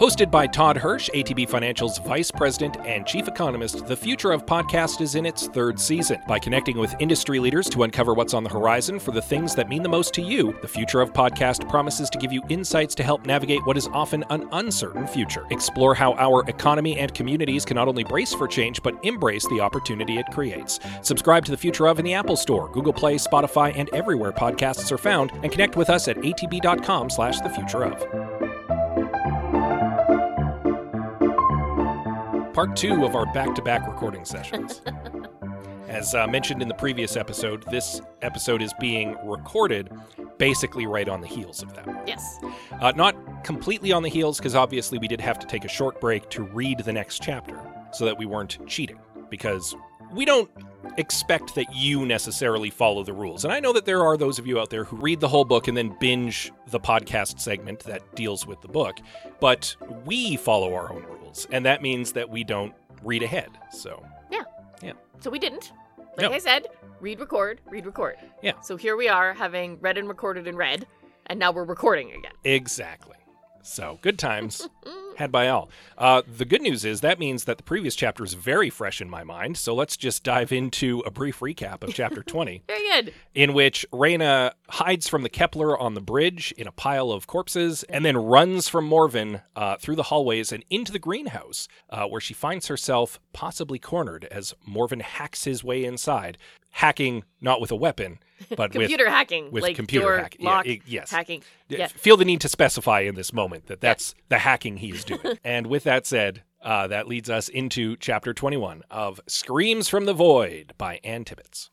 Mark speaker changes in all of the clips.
Speaker 1: Hosted by Todd Hirsch, ATB Financial's Vice President and Chief Economist, the future of podcast is in its third season. By connecting with industry leaders to uncover what's on the horizon for the things that mean the most to you, the future of podcast promises to give you insights to help navigate what is often an uncertain future. Explore how our economy and communities can not only brace for change, but embrace the opportunity it creates. Subscribe to the future of in the Apple Store, Google Play, Spotify, and everywhere podcasts are found, and connect with us at atb.com slash the future of. part two of our back-to-back recording sessions. As uh, mentioned in the previous episode, this episode is being recorded basically right on the heels of that. one.
Speaker 2: Yes.
Speaker 1: Uh, not completely on the heels, because obviously we did have to take a short break to read the next chapter so that we weren't cheating, because we don't expect that you necessarily follow the rules. And I know that there are those of you out there who read the whole book and then binge the podcast segment that deals with the book, but we follow our own rules, and that means that we don't read ahead. So,
Speaker 2: So we didn't. Like
Speaker 1: No.
Speaker 2: I said, read, record, read, record.
Speaker 1: Yeah.
Speaker 2: So here we are having read and recorded and read, and now we're recording again.
Speaker 1: exactly. So, good times.
Speaker 2: Mm,
Speaker 1: had by all. Uh, the good news is that means that the previous chapter is very fresh in my mind. So let's just dive into a brief recap of chapter 20,
Speaker 2: very good.
Speaker 1: in which Reyna hides from the Kepler on the bridge in a pile of corpses and then runs from Morven uh, through the hallways and into the greenhouse, uh, where she finds herself possibly cornered as Morven hacks his way inside, hacking not with a weapon, but
Speaker 2: Computer hacking.
Speaker 1: with, with
Speaker 2: like
Speaker 1: computer
Speaker 2: door
Speaker 1: hack. Yeah,
Speaker 2: lock
Speaker 1: it- yes.
Speaker 2: hacking.
Speaker 1: Yeah,
Speaker 2: Yeah.
Speaker 1: feel the need to specify in this moment that that's the hacking he is doing. and with that said, uh, that leads us into chapter 21 of Screams from the Void by Ann Tibbetts.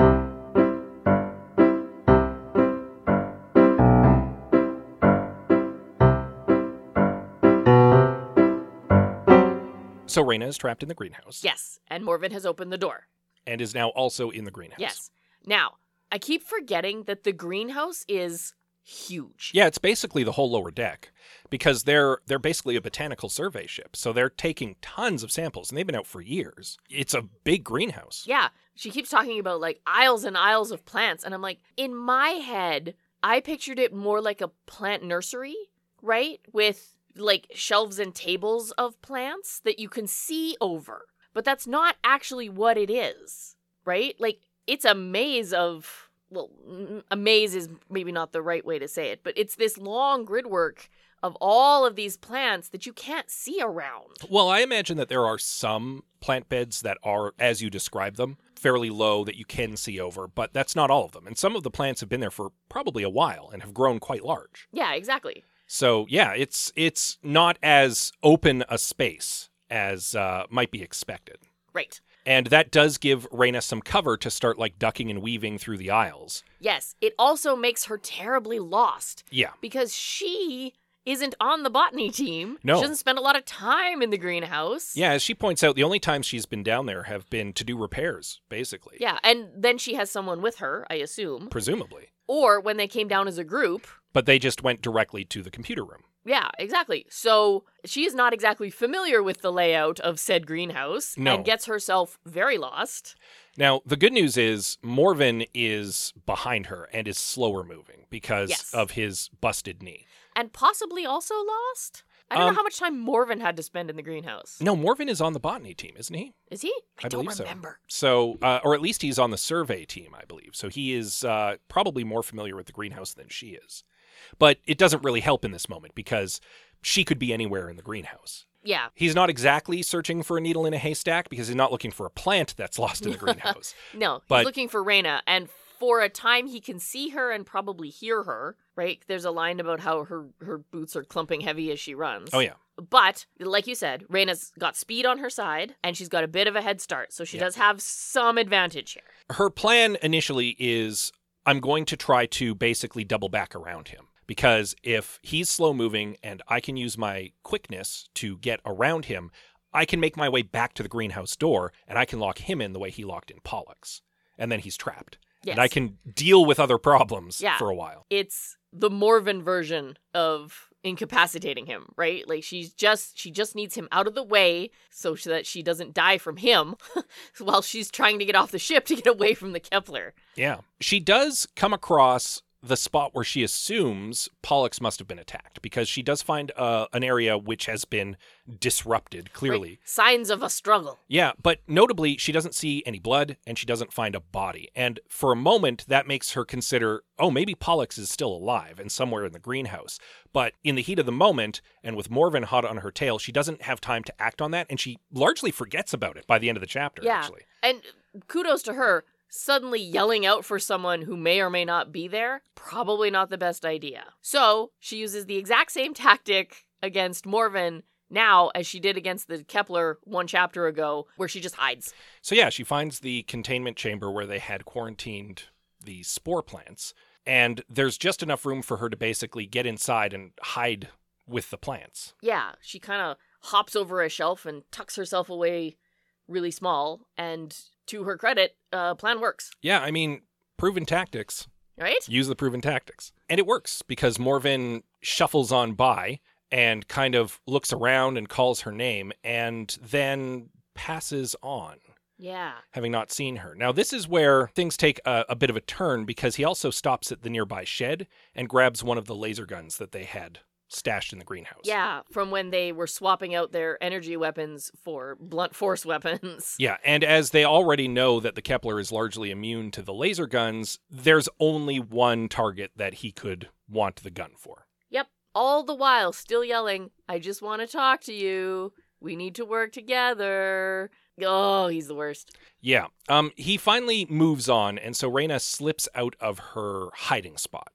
Speaker 1: So Reyna is trapped in the greenhouse
Speaker 2: Yes. And Morvin has opened the door.
Speaker 1: and is now also in the greenhouse.
Speaker 2: Yes. Now, I keep forgetting that the greenhouse is huge.
Speaker 1: Yeah, it's basically the whole lower deck because they're they're basically a botanical survey ship. So they're taking tons of samples and they've been out for years. It's a big greenhouse.
Speaker 2: Yeah. She keeps talking about like aisles and aisles of plants. And I'm like, in my head, I pictured it more like a plant nursery, right? With like shelves and tables of plants that you can see over. But that's not actually what it is, right? Like it's a maze of, well, n- a maze is maybe not the right way to say it, but it's this long grid work of all of these plants that you can't see around.
Speaker 1: Well, I imagine that there are some plant beds that are as you describe them, fairly low that you can see over, but that's not all of them. And some of the plants have been there for probably a while and have grown quite large.
Speaker 2: Yeah, exactly.
Speaker 1: So, yeah, it's it's not as open a space as uh, might be expected.
Speaker 2: Right.
Speaker 1: And that does give Reyna some cover to start like ducking and weaving through the aisles.
Speaker 2: Yes, it also makes her terribly lost
Speaker 1: Yeah.
Speaker 2: because she isn't on the botany team.
Speaker 1: No.
Speaker 2: She doesn't spend a lot of time in the greenhouse.
Speaker 1: Yeah, as she points out, the only times she's been down there have been to do repairs, basically.
Speaker 2: Yeah, and then she has someone with her, I assume.
Speaker 1: Presumably.
Speaker 2: Or when they came down as a group.
Speaker 1: But they just went directly to the computer room.
Speaker 2: Yeah, exactly. So she is not exactly familiar with the layout of said greenhouse
Speaker 1: No.
Speaker 2: and gets herself very lost.
Speaker 1: Now, the good news is Morvin is behind her and is slower moving because
Speaker 2: Yes.
Speaker 1: of his busted knee.
Speaker 2: And possibly also lost? I don't
Speaker 1: Um,
Speaker 2: know how much time Morvin had to spend in the greenhouse.
Speaker 1: No, Morvin is on the botany team, isn't he?
Speaker 2: Is he? I,
Speaker 1: I
Speaker 2: don't
Speaker 1: believe so.
Speaker 2: remember.
Speaker 1: So, uh, or at least he's on the survey team, I believe. So he is uh, probably more familiar with the greenhouse than she is. But it doesn't really help in this moment because she could be anywhere in the greenhouse.
Speaker 2: Yeah.
Speaker 1: He's not exactly searching for a needle in a haystack because he's not looking for a plant that's lost in the greenhouse.
Speaker 2: No,
Speaker 1: But-
Speaker 2: he's looking for Reyna, and for a time he can see her and probably hear her. Right? There's a line about how her her boots are clumping heavy as she runs.
Speaker 1: Oh, yeah.
Speaker 2: But like you said, Reyna's got speed on her side, and she's got a bit of a head start, so she
Speaker 1: Yeah.
Speaker 2: does have some advantage here.
Speaker 1: Her plan initially is I'm going to try to basically double back around him because if he's slow moving and I can use my quickness to get around him, I can make my way back to the greenhouse door and I can lock him in the way he locked in Pollux. And then he's trapped.
Speaker 2: Yes.
Speaker 1: And I can deal with other problems
Speaker 2: Yeah.
Speaker 1: for a while.
Speaker 2: it's the Morven version of incapacitating him, right? Like she's just she just needs him out of the way so sh- that she doesn't die from him while she's trying to get off the ship to get away from the Kepler.
Speaker 1: Yeah. She does come across the spot where she assumes Pollux must have been attacked because she does find uh, an area which has been disrupted
Speaker 2: right?
Speaker 1: clearly.
Speaker 2: Signs of a struggle.
Speaker 1: Yeah, but notably, she doesn't see any blood and she doesn't find a body. And for a moment, that makes her consider oh, maybe Pollux is still alive and somewhere in the greenhouse. But in the heat of the moment, and with Morven hot on her tail, she doesn't have time to act on that. And she largely forgets about it by the end of the chapter,
Speaker 2: Yeah.
Speaker 1: actually.
Speaker 2: And kudos to her suddenly yelling out for someone who may or may not be there. Probably not the best idea. So, she uses the exact same tactic against Morven now as she did against the Kepler one chapter ago where she just hides.
Speaker 1: So yeah, she finds the containment chamber where they had quarantined the spore plants, and there's just enough room for her to basically get inside and hide with the plants.
Speaker 2: yeah, she kind of hops over a shelf and tucks herself away really small. And to her credit, uh, plan works,
Speaker 1: Yeah, I mean, proven tactics.
Speaker 2: right?
Speaker 1: Use the proven tactics. And it works because Morvin shuffles on by and kind of looks around and calls her name and then passes on.
Speaker 2: Yeah.
Speaker 1: having not seen her. Now, this is where things take a, a bit of a turn because he also stops at the nearby shed and grabs one of the laser guns that they had stashed in the greenhouse.
Speaker 2: Yeah, from when they were swapping out their energy weapons for blunt force weapons.
Speaker 1: Yeah, and as they already know that the Kepler is largely immune to the laser guns, there's only one target that he could want the gun for.
Speaker 2: Yep. All the while, still yelling, I just want to talk to you. We need to work together. Oh, he's the worst.
Speaker 1: Yeah. Um he finally moves on and so Reyna slips out of her hiding spot.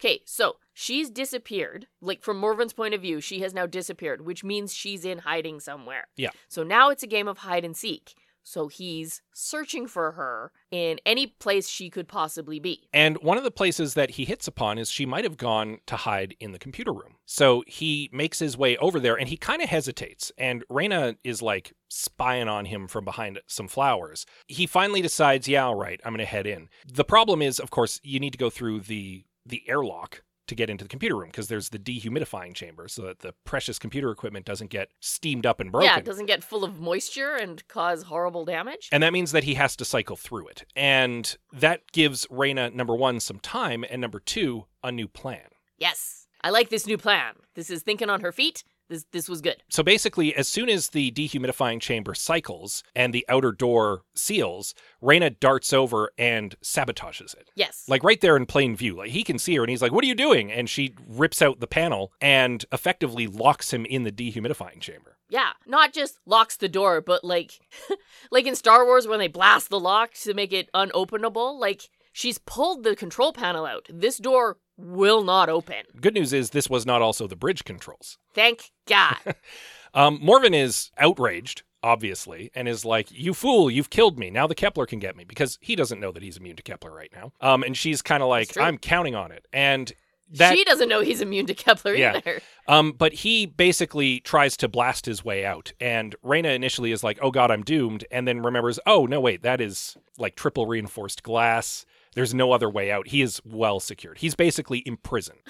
Speaker 2: Okay, so she's disappeared. Like from Morven's point of view, she has now disappeared, which means she's in hiding somewhere.
Speaker 1: Yeah.
Speaker 2: So now it's a game of hide and seek. So he's searching for her in any place she could possibly be.
Speaker 1: And one of the places that he hits upon is she might have gone to hide in the computer room. So he makes his way over there and he kind of hesitates. And Reyna is like spying on him from behind some flowers. He finally decides, yeah, all right, I'm going to head in. The problem is, of course, you need to go through the the airlock to get into the computer room because there's the dehumidifying chamber so that the precious computer equipment doesn't get steamed up and broken.
Speaker 2: Yeah, it doesn't get full of moisture and cause horrible damage.
Speaker 1: And that means that he has to cycle through it. And that gives Reyna, number one, some time, and number two, a new plan.
Speaker 2: yes. I like this new plan. This is thinking on her feet. This this was good.
Speaker 1: So basically, as soon as the dehumidifying chamber cycles and the outer door seals, Reyna darts over and sabotages it.
Speaker 2: Yes.
Speaker 1: Like right there in plain view. Like he can see her and he's like, What are you doing? And she rips out the panel and effectively locks him in the dehumidifying chamber.
Speaker 2: yeah, not just locks the door, but like like in Star Wars when they blast the lock to make it unopenable, like she's pulled the control panel out. This door will not open.
Speaker 1: Good news is, this was not also the bridge controls.
Speaker 2: Thank God.
Speaker 1: Um, Morvin is outraged, obviously, and is like, "You fool! You've killed me. Now the Kepler can get me because he doesn't know that he's immune to Kepler right now." Um, and she's kind of like,
Speaker 2: true.
Speaker 1: "I'm counting on it." And that,
Speaker 2: she doesn't know he's immune to Kepler
Speaker 1: Yeah.
Speaker 2: either.
Speaker 1: um, but he basically tries to blast his way out, and Reyna initially is like, "Oh God, I'm doomed," and then remembers, "Oh no, wait, that is like triple reinforced glass." There's no other way out. He is well secured. He's basically imprisoned.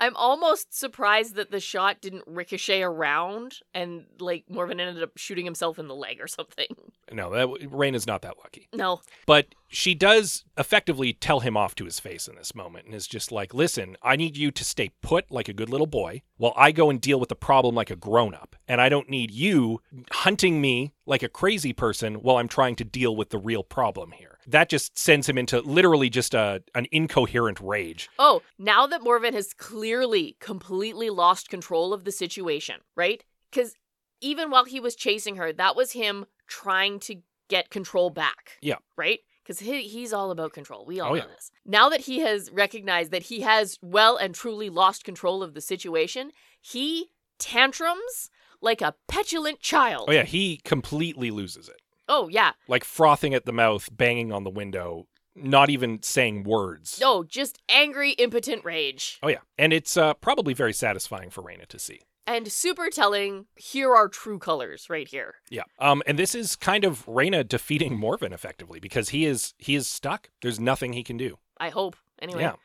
Speaker 2: I'm almost surprised that the shot didn't ricochet around and like Morvan ended up shooting himself in the leg or something.
Speaker 1: No, that, Reyna's not that lucky.
Speaker 2: No.
Speaker 1: But she does effectively tell him off to his face in this moment and is just like, listen, I need you to stay put like a good little boy while I go and deal with the problem like a grown up. And I don't need you hunting me like a crazy person while I'm trying to deal with the real problem here. That just sends him into literally just a, an incoherent rage.
Speaker 2: Oh, now that Morvan has clearly completely lost control of the situation, right? Because even while he was chasing her, that was him trying to get control back.
Speaker 1: Yeah.
Speaker 2: Right? Because he, he's all about control. We all
Speaker 1: Oh,
Speaker 2: know
Speaker 1: yeah.
Speaker 2: this. Now that he has recognized that he has well and truly lost control of the situation, he tantrums like a petulant child.
Speaker 1: Oh, yeah, he completely loses it.
Speaker 2: Oh, yeah.
Speaker 1: Like frothing at the mouth, banging on the window, not even saying words.
Speaker 2: No, just Oh, angry, impotent rage.
Speaker 1: Oh, yeah. And it's uh, probably very satisfying for Raina to see.
Speaker 2: and super telling. Here are true colors right here.
Speaker 1: Yeah. Um, and this is kind of Reyna defeating Morvin effectively because he is he is stuck. There's nothing he can do.
Speaker 2: I hope. Anyway.
Speaker 1: Yeah.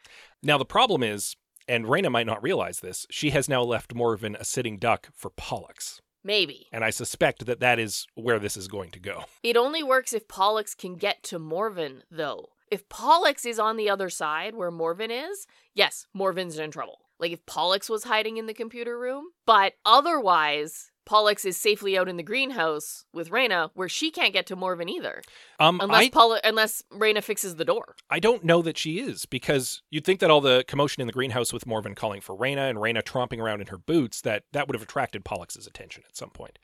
Speaker 1: Now the problem is, and Reyna might not realize this, she has now left Morvin a sitting duck for Pollux.
Speaker 2: Maybe.
Speaker 1: And I suspect that that is where this is going to go.
Speaker 2: It only works if Pollux can get to Morvin, though. If Pollux is on the other side where Morvin is, yes, Morvin's in trouble. Like if Pollux was hiding in the computer room, but otherwise, Pollux is safely out in the greenhouse with Reyna, where she can't get to Morvin either,
Speaker 1: Um,
Speaker 2: unless
Speaker 1: I,
Speaker 2: Poll- unless Reyna fixes the door.
Speaker 1: I don't know that she is because you'd think that all the commotion in the greenhouse with Morvin calling for Reyna and Reyna tromping around in her boots that that would have attracted Pollux's attention at some point.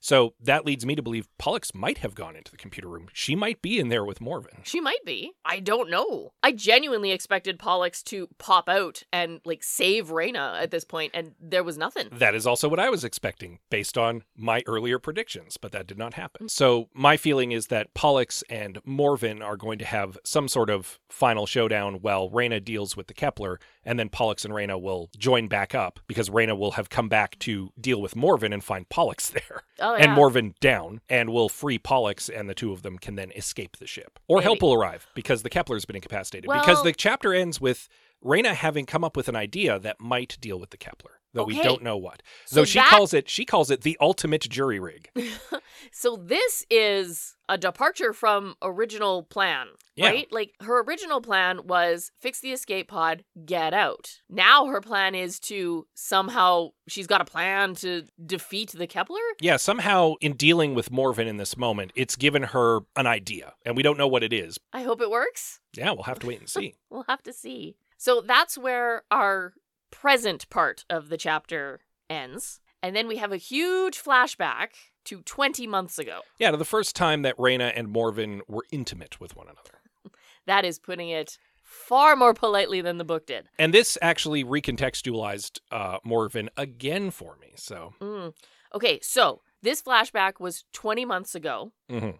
Speaker 1: So that leads me to believe Pollux might have gone into the computer room. She might be in there with Morvin.
Speaker 2: She might be. I don't know. I genuinely expected Pollux to pop out and like save Reyna at this point, and there was nothing.
Speaker 1: That is also what I was expecting based on my earlier predictions, but that did not happen. So, my feeling is that Pollux and Morvin are going to have some sort of final showdown while Reyna deals with the Kepler, and then Pollux and Reyna will join back up because Reyna will have come back to deal with Morvin and find Pollux there
Speaker 2: Oh yeah.
Speaker 1: and Morvin down and will free Pollux, and the two of them can then escape the ship. Or
Speaker 2: Maybe.
Speaker 1: help will arrive because the Kepler's been incapacitated. because
Speaker 2: Well-
Speaker 1: the chapter ends with Reyna having come up with an idea that might deal with the Kepler, though we
Speaker 2: Okay.
Speaker 1: don't know what.
Speaker 2: So
Speaker 1: though she
Speaker 2: that-
Speaker 1: calls it she calls it the ultimate jury rig.
Speaker 2: So this is a departure from original plan,
Speaker 1: Yeah.
Speaker 2: right? Like her original plan was fix the escape pod, get out. Now her plan is to somehow she's got a plan to defeat the Kepler.
Speaker 1: Yeah, somehow in dealing with Morvin in this moment, it's given her an idea, and we don't know what it is.
Speaker 2: I hope it works.
Speaker 1: Yeah, we'll have to wait and see.
Speaker 2: We'll have to see. So that's where our present part of the chapter ends. And then we have a huge flashback to 20 months ago.
Speaker 1: yeah, to the first time that Reyna and Morvin were intimate with one another.
Speaker 2: That is putting it far more politely than the book did.
Speaker 1: And this actually recontextualized uh, Morvin again for me. So,
Speaker 2: Mm. Okay, so this flashback was 20 months ago,
Speaker 1: mhm.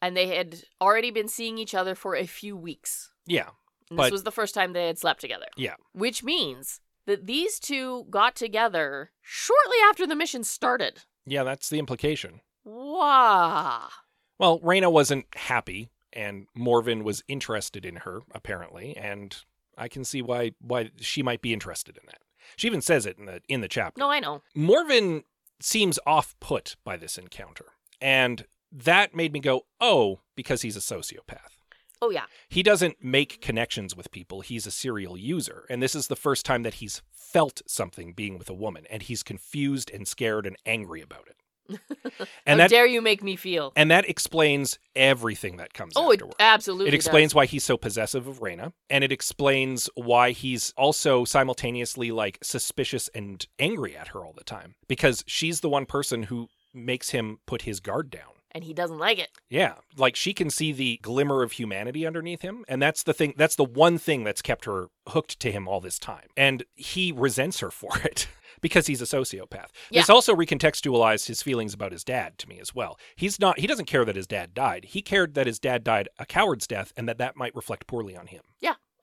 Speaker 2: and they had already been seeing each other for a few weeks.
Speaker 1: yeah,
Speaker 2: And
Speaker 1: But-
Speaker 2: this was the first time they had slept together.
Speaker 1: Yeah.
Speaker 2: Which means that these two got together shortly after the mission started.
Speaker 1: yeah, that's the implication.
Speaker 2: Wow.
Speaker 1: Well, Reyna wasn't happy, and Morvin was interested in her apparently, and I can see why why she might be interested in that. She even says it in the in the chapter.
Speaker 2: No, I know.
Speaker 1: Morvin seems off put by this encounter, and that made me go, oh, because he's a sociopath.
Speaker 2: Oh, yeah.
Speaker 1: he doesn't make connections with people. He's a serial user. And this is the first time that he's felt something being with a woman. And he's confused and scared and angry about it. And
Speaker 2: How
Speaker 1: that
Speaker 2: dare you make me feel?
Speaker 1: and that explains everything that comes
Speaker 2: Oh, it
Speaker 1: afterward.
Speaker 2: absolutely.
Speaker 1: It explains why he's so possessive of Reyna, and it explains why he's also simultaneously like suspicious and angry at her all the time because she's the one person who makes him put his guard down.
Speaker 2: does. And he doesn't like it.
Speaker 1: Yeah, like she can see the glimmer of humanity underneath him, and that's the thing. That's the one thing that's kept her hooked to him all this time, and he resents her for it because he's a sociopath.
Speaker 2: Yeah.
Speaker 1: This also recontextualized his feelings about his dad to me as well. He's not. He doesn't care that his dad died. He cared that his dad died a coward's death, and that that might reflect poorly on him.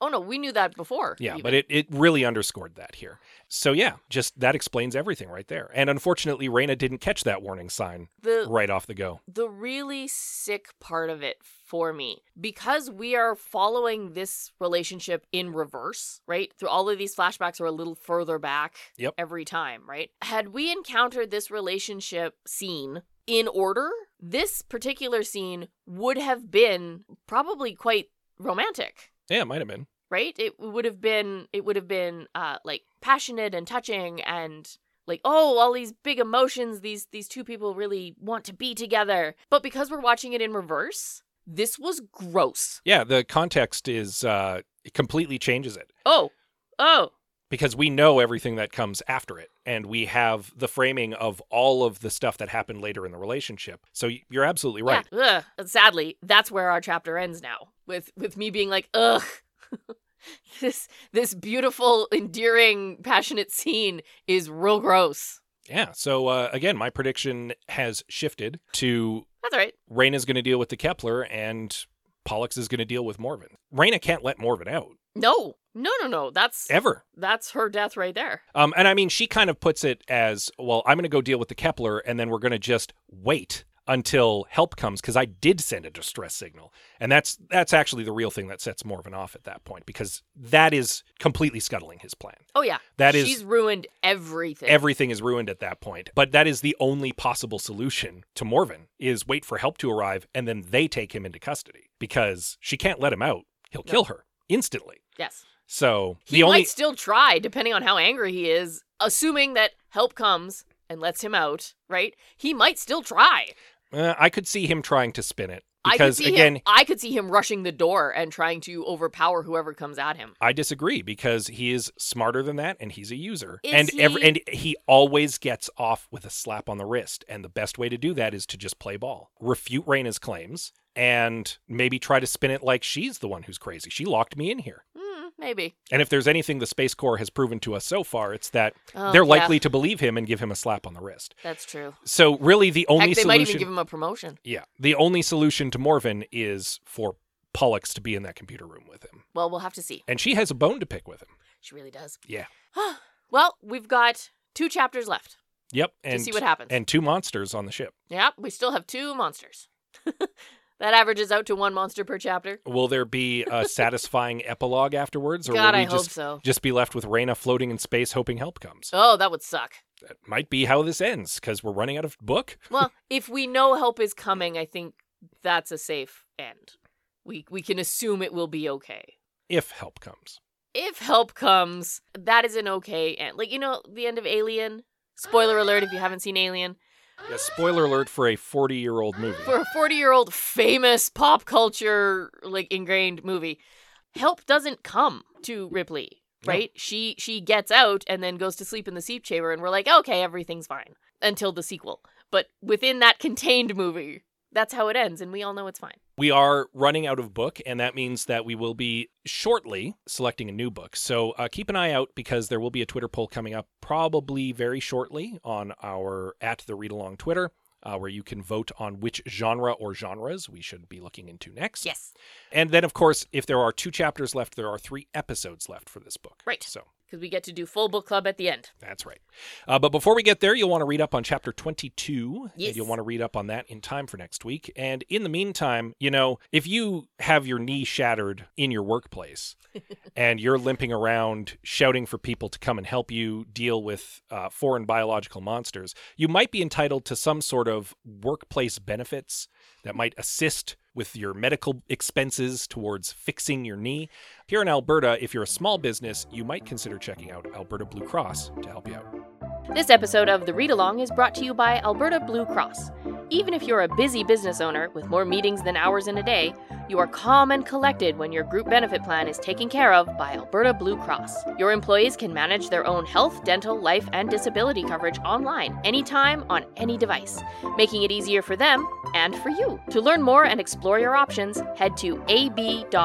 Speaker 2: Oh, no, we knew that before.
Speaker 1: Yeah,
Speaker 2: even.
Speaker 1: but it, it really underscored that here. So yeah, just that explains everything right there. And unfortunately, Reyna didn't catch that warning sign
Speaker 2: the
Speaker 1: right off the go.
Speaker 2: the really sick part of it for me because we are following this relationship in reverse, right? Through all of these flashbacks are a little further back
Speaker 1: Yep.
Speaker 2: every time, right? Had we encountered this relationship scene in order, this particular scene would have been probably quite romantic
Speaker 1: Yeah, it might have been.
Speaker 2: right it would have been it would have been uh like passionate and touching and like oh all these big emotions these these two people really want to be together but because we're watching it in reverse this was gross
Speaker 1: Yeah, the context is uh, it completely changes it
Speaker 2: oh oh
Speaker 1: because we know everything that comes after it, and we have the framing of all of the stuff that happened later in the relationship. So y- you're absolutely right.
Speaker 2: yeah, ugh. And sadly that's where our chapter ends now with with me being like ugh this this beautiful endearing passionate scene is real gross
Speaker 1: Yeah. So uh, again, my prediction has shifted to
Speaker 2: that's all right
Speaker 1: Reyna's going to deal with the Kepler, and Pollux is going to deal with Morvin. Reyna can't let Morvin out.
Speaker 2: no No, no, no. That's
Speaker 1: ever.
Speaker 2: that's her death right there.
Speaker 1: Um, and I mean, she kind of puts it as well, I'm going to go deal with the Kepler, and then we're going to just wait until help comes because I did send a distress signal. And that's that's actually the real thing that sets Morvan off at that point because that is completely scuttling his plan.
Speaker 2: Oh yeah.
Speaker 1: That is
Speaker 2: She's ruined everything.
Speaker 1: everything is ruined at that point. But that is the only possible solution to Morvan is wait for help to arrive and then they take him into custody because she can't let him out. He'll
Speaker 2: No.
Speaker 1: kill her instantly.
Speaker 2: yes.
Speaker 1: So
Speaker 2: He
Speaker 1: the
Speaker 2: might
Speaker 1: only
Speaker 2: still try, depending on how angry he is, assuming that help comes and lets him out, right? He might still try.
Speaker 1: Uh, I could see him trying to spin it
Speaker 2: I could
Speaker 1: because
Speaker 2: see
Speaker 1: again
Speaker 2: him, I could see him rushing the door and trying to overpower whoever comes at him.
Speaker 1: I disagree because he is smarter than that and he's a user.
Speaker 2: Is
Speaker 1: and every
Speaker 2: he-
Speaker 1: and he always gets off with a slap on the wrist. And the best way to do that is to just play ball. Refute Raina's claims and maybe try to spin it like she's the one who's crazy. She locked me in here.
Speaker 2: Hmm, maybe.
Speaker 1: And if there's anything the Space Corps has proven to us so far, it's that
Speaker 2: Oh,
Speaker 1: they're
Speaker 2: yeah,
Speaker 1: likely to believe him and give him a slap on the wrist.
Speaker 2: that's true.
Speaker 1: So really the only
Speaker 2: Heck, they might even
Speaker 1: solution
Speaker 2: give him a promotion.
Speaker 1: Yeah. The only solution to Morvin is for Pollux to be in that computer room with him.
Speaker 2: Well, we'll have to see.
Speaker 1: And she has a bone to pick with him.
Speaker 2: She really does.
Speaker 1: Yeah.
Speaker 2: well, we've got two chapters left
Speaker 1: Yep.
Speaker 2: to
Speaker 1: And
Speaker 2: see what happens.
Speaker 1: and two monsters on the ship.
Speaker 2: Yep, we still have two monsters. that averages out to one monster per chapter.
Speaker 1: Will there be a satisfying epilogue afterwards, or
Speaker 2: God,
Speaker 1: will
Speaker 2: I
Speaker 1: we
Speaker 2: hope
Speaker 1: just
Speaker 2: so.
Speaker 1: just be left with Reyna floating in space, hoping help comes?
Speaker 2: Oh, that would suck.
Speaker 1: That might be how this ends because we're running out of book.
Speaker 2: Well, if we know help is coming, I think that's a safe end. We we can assume it will be okay.
Speaker 1: If help comes,
Speaker 2: If help comes, that is an okay end. Like you know, the end of Alien. Spoiler alert if you haven't seen Alien.
Speaker 1: yeah, spoiler alert for a forty-year-old movie.
Speaker 2: For a 40-year-old famous pop culture like ingrained movie, help doesn't come to Ripley,
Speaker 1: No.
Speaker 2: right? She she gets out and then goes to sleep in the sleep chamber and we're like, "Okay, everything's fine." Until the sequel. But within that contained movie, that's how it ends and we all know it's fine.
Speaker 1: We are running out of book, and that means that we will be shortly selecting a new book. So uh, keep an eye out because there will be a Twitter poll coming up probably very shortly on our at the read along Twitter, uh, where you can vote on which genre or genres we should be looking into next.
Speaker 2: Yes.
Speaker 1: And then, of course, if there are two chapters left, there are three episodes left for this book.
Speaker 2: Right.
Speaker 1: So
Speaker 2: because we get to do full book club at the end.
Speaker 1: that's right. Uh, but before we get there, you'll want to read up on chapter 22.
Speaker 2: Yes.
Speaker 1: And you'll want to read up on that in time for next week. And in the meantime, you know, if you have your knee shattered in your workplace and you're limping around shouting for people to come and help you deal with uh, foreign biological monsters, you might be entitled to some sort of workplace benefits that might assist with your medical expenses towards fixing your knee. Here in Alberta, if you're a small business, you might consider checking out Alberta Blue Cross to help you out.
Speaker 2: This episode of The Read Along is brought to you by Alberta Blue Cross. Even if you're a busy business owner with more meetings than hours in a day, you are calm and collected when your group benefit plan is taken care of by Alberta Blue Cross. Your employees can manage their own health, dental, life, and disability coverage online, anytime, on any device, making it easier for them and for you. To learn more and explore your options, head to ab.bluecross.ca.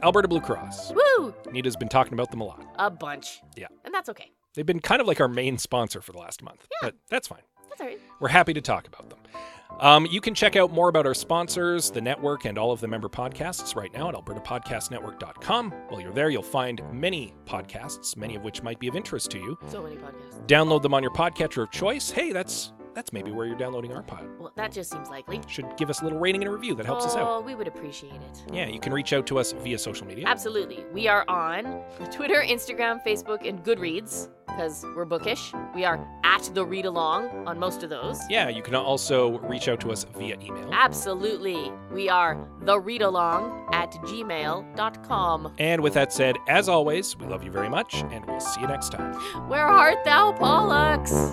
Speaker 1: Alberta Blue Cross.
Speaker 2: Woo!
Speaker 1: Nita's been talking about them a lot.
Speaker 2: A bunch.
Speaker 1: Yeah.
Speaker 2: And that's okay.
Speaker 1: They've been kind of like our main sponsor for the last month, but that's fine.
Speaker 2: That's all right.
Speaker 1: We're happy to talk about them. Um, you can check out more about our sponsors, the network, and all of the member podcasts right now at albertapodcastnetwork.com. While you're there, you'll find many podcasts, many of which might be of interest to you.
Speaker 2: So many podcasts.
Speaker 1: Download them on your podcatcher of choice. Hey, that's that's maybe where you're downloading our pod.
Speaker 2: Well, that just seems likely.
Speaker 1: Should give us a little rating and a review. That helps
Speaker 2: oh,
Speaker 1: us out.
Speaker 2: we would appreciate it.
Speaker 1: Yeah, you can reach out to us via social media.
Speaker 2: Absolutely. We are on Twitter, Instagram, Facebook, and Goodreads because we're bookish. We are at the read along on most of those.
Speaker 1: Yeah, you can also reach out to us via email.
Speaker 2: Absolutely. We are the read along at gmail.com.
Speaker 1: And with that said, as always, we love you very much, and we'll see you next time.
Speaker 2: Where art thou, Pollux?